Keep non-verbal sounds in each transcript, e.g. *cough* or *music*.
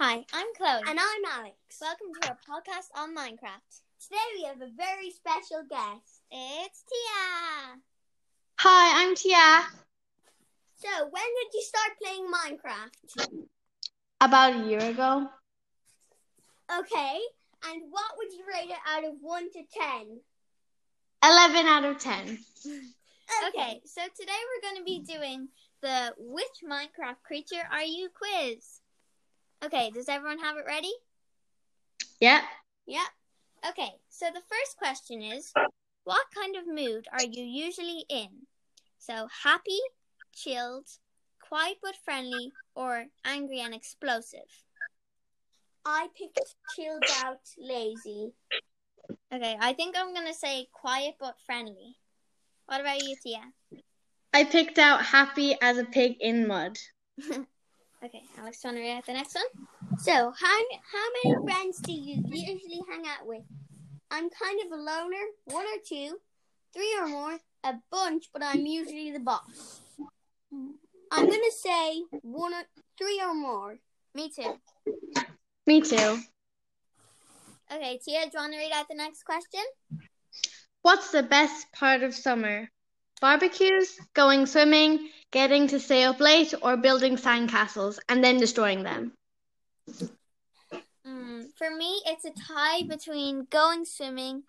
Hi, I'm Chloe. And I'm Alex. Welcome to our podcast on Minecraft. Today we have a very special guest. It's Tia. Hi, I'm Tia. So, when did you start playing Minecraft? About a year ago, Okay, and what would you rate it out of 1 to 10? 11 out of 10. Okay, so today we're going to be doing the Which Minecraft Creature Are You quiz. Okay, does everyone have it ready? Yep. Yep. Okay, so the first question is What kind of mood are you usually in? So, happy, chilled, quiet but friendly, or angry and explosive? I picked chilled out lazy. Okay, I think I'm going to say quiet but friendly. What about you, Tia? I picked out happy as a pig in mud. Okay, Alex, do you want to read out the next one? So, how, how many friends do you usually hang out with? I'm kind of a loner, one or two, three or more, a bunch, but I'm usually the boss. I'm going to say one or three or more. Me too. Me too. Okay, Tia, do you want to read out the next question? What's the best part of summer? Barbecues, going swimming, getting to stay up late, or building sandcastles and then destroying them. Mm, for me, it's a tie between going swimming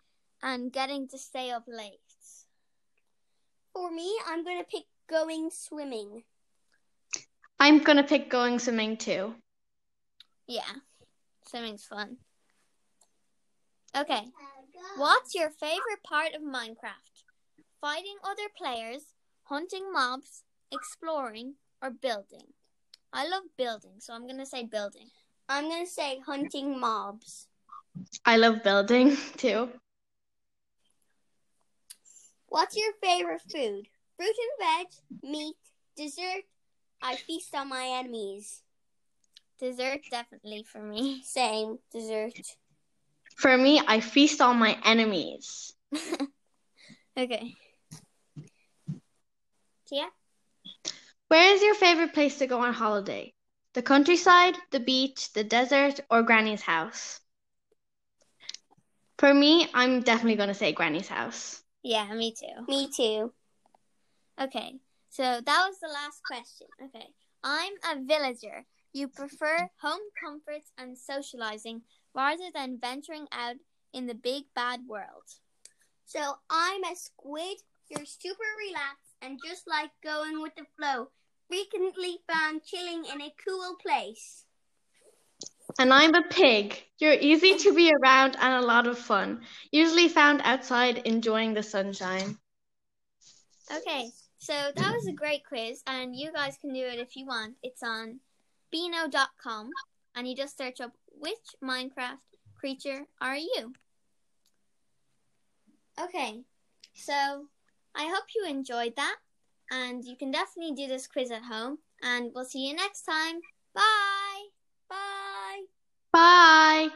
and getting to stay up late. For me, I'm going to pick going swimming. I'm going to pick going swimming too. Yeah, swimming's fun. Okay, what's your favorite part of Minecraft? Fighting other players, hunting mobs, exploring, or building? I love building, so I'm going to say building. I'm going to say hunting mobs. I love building *laughs* too. What's your favorite food? Fruit and veg, meat, dessert. I feast on my enemies. Dessert, definitely for me. *laughs* Same dessert. For me, I feast on my enemies. Okay. Tia? Where is your favorite place to go on holiday? The countryside, the beach, the desert, or Granny's house? For me, I'm definitely going to say Granny's house. Yeah, me too. Me too. Okay, so that was the last question. Okay, I'm a villager. You prefer home comforts and socializing rather than venturing out in the big bad world. So I'm a squid. You're super relaxed and just like going with the flow. Frequently found chilling in a cool place. And I'm a pig. You're easy to be around and a lot of fun. Usually found outside enjoying the sunshine. Okay, so that was a great quiz, and you guys can do it if you want. It's on beano.com, and you just search up which Minecraft creature are you? Okay, so I hope you enjoyed that, and you can definitely do this quiz at home, and we'll see you next time. Bye! Bye. Bye.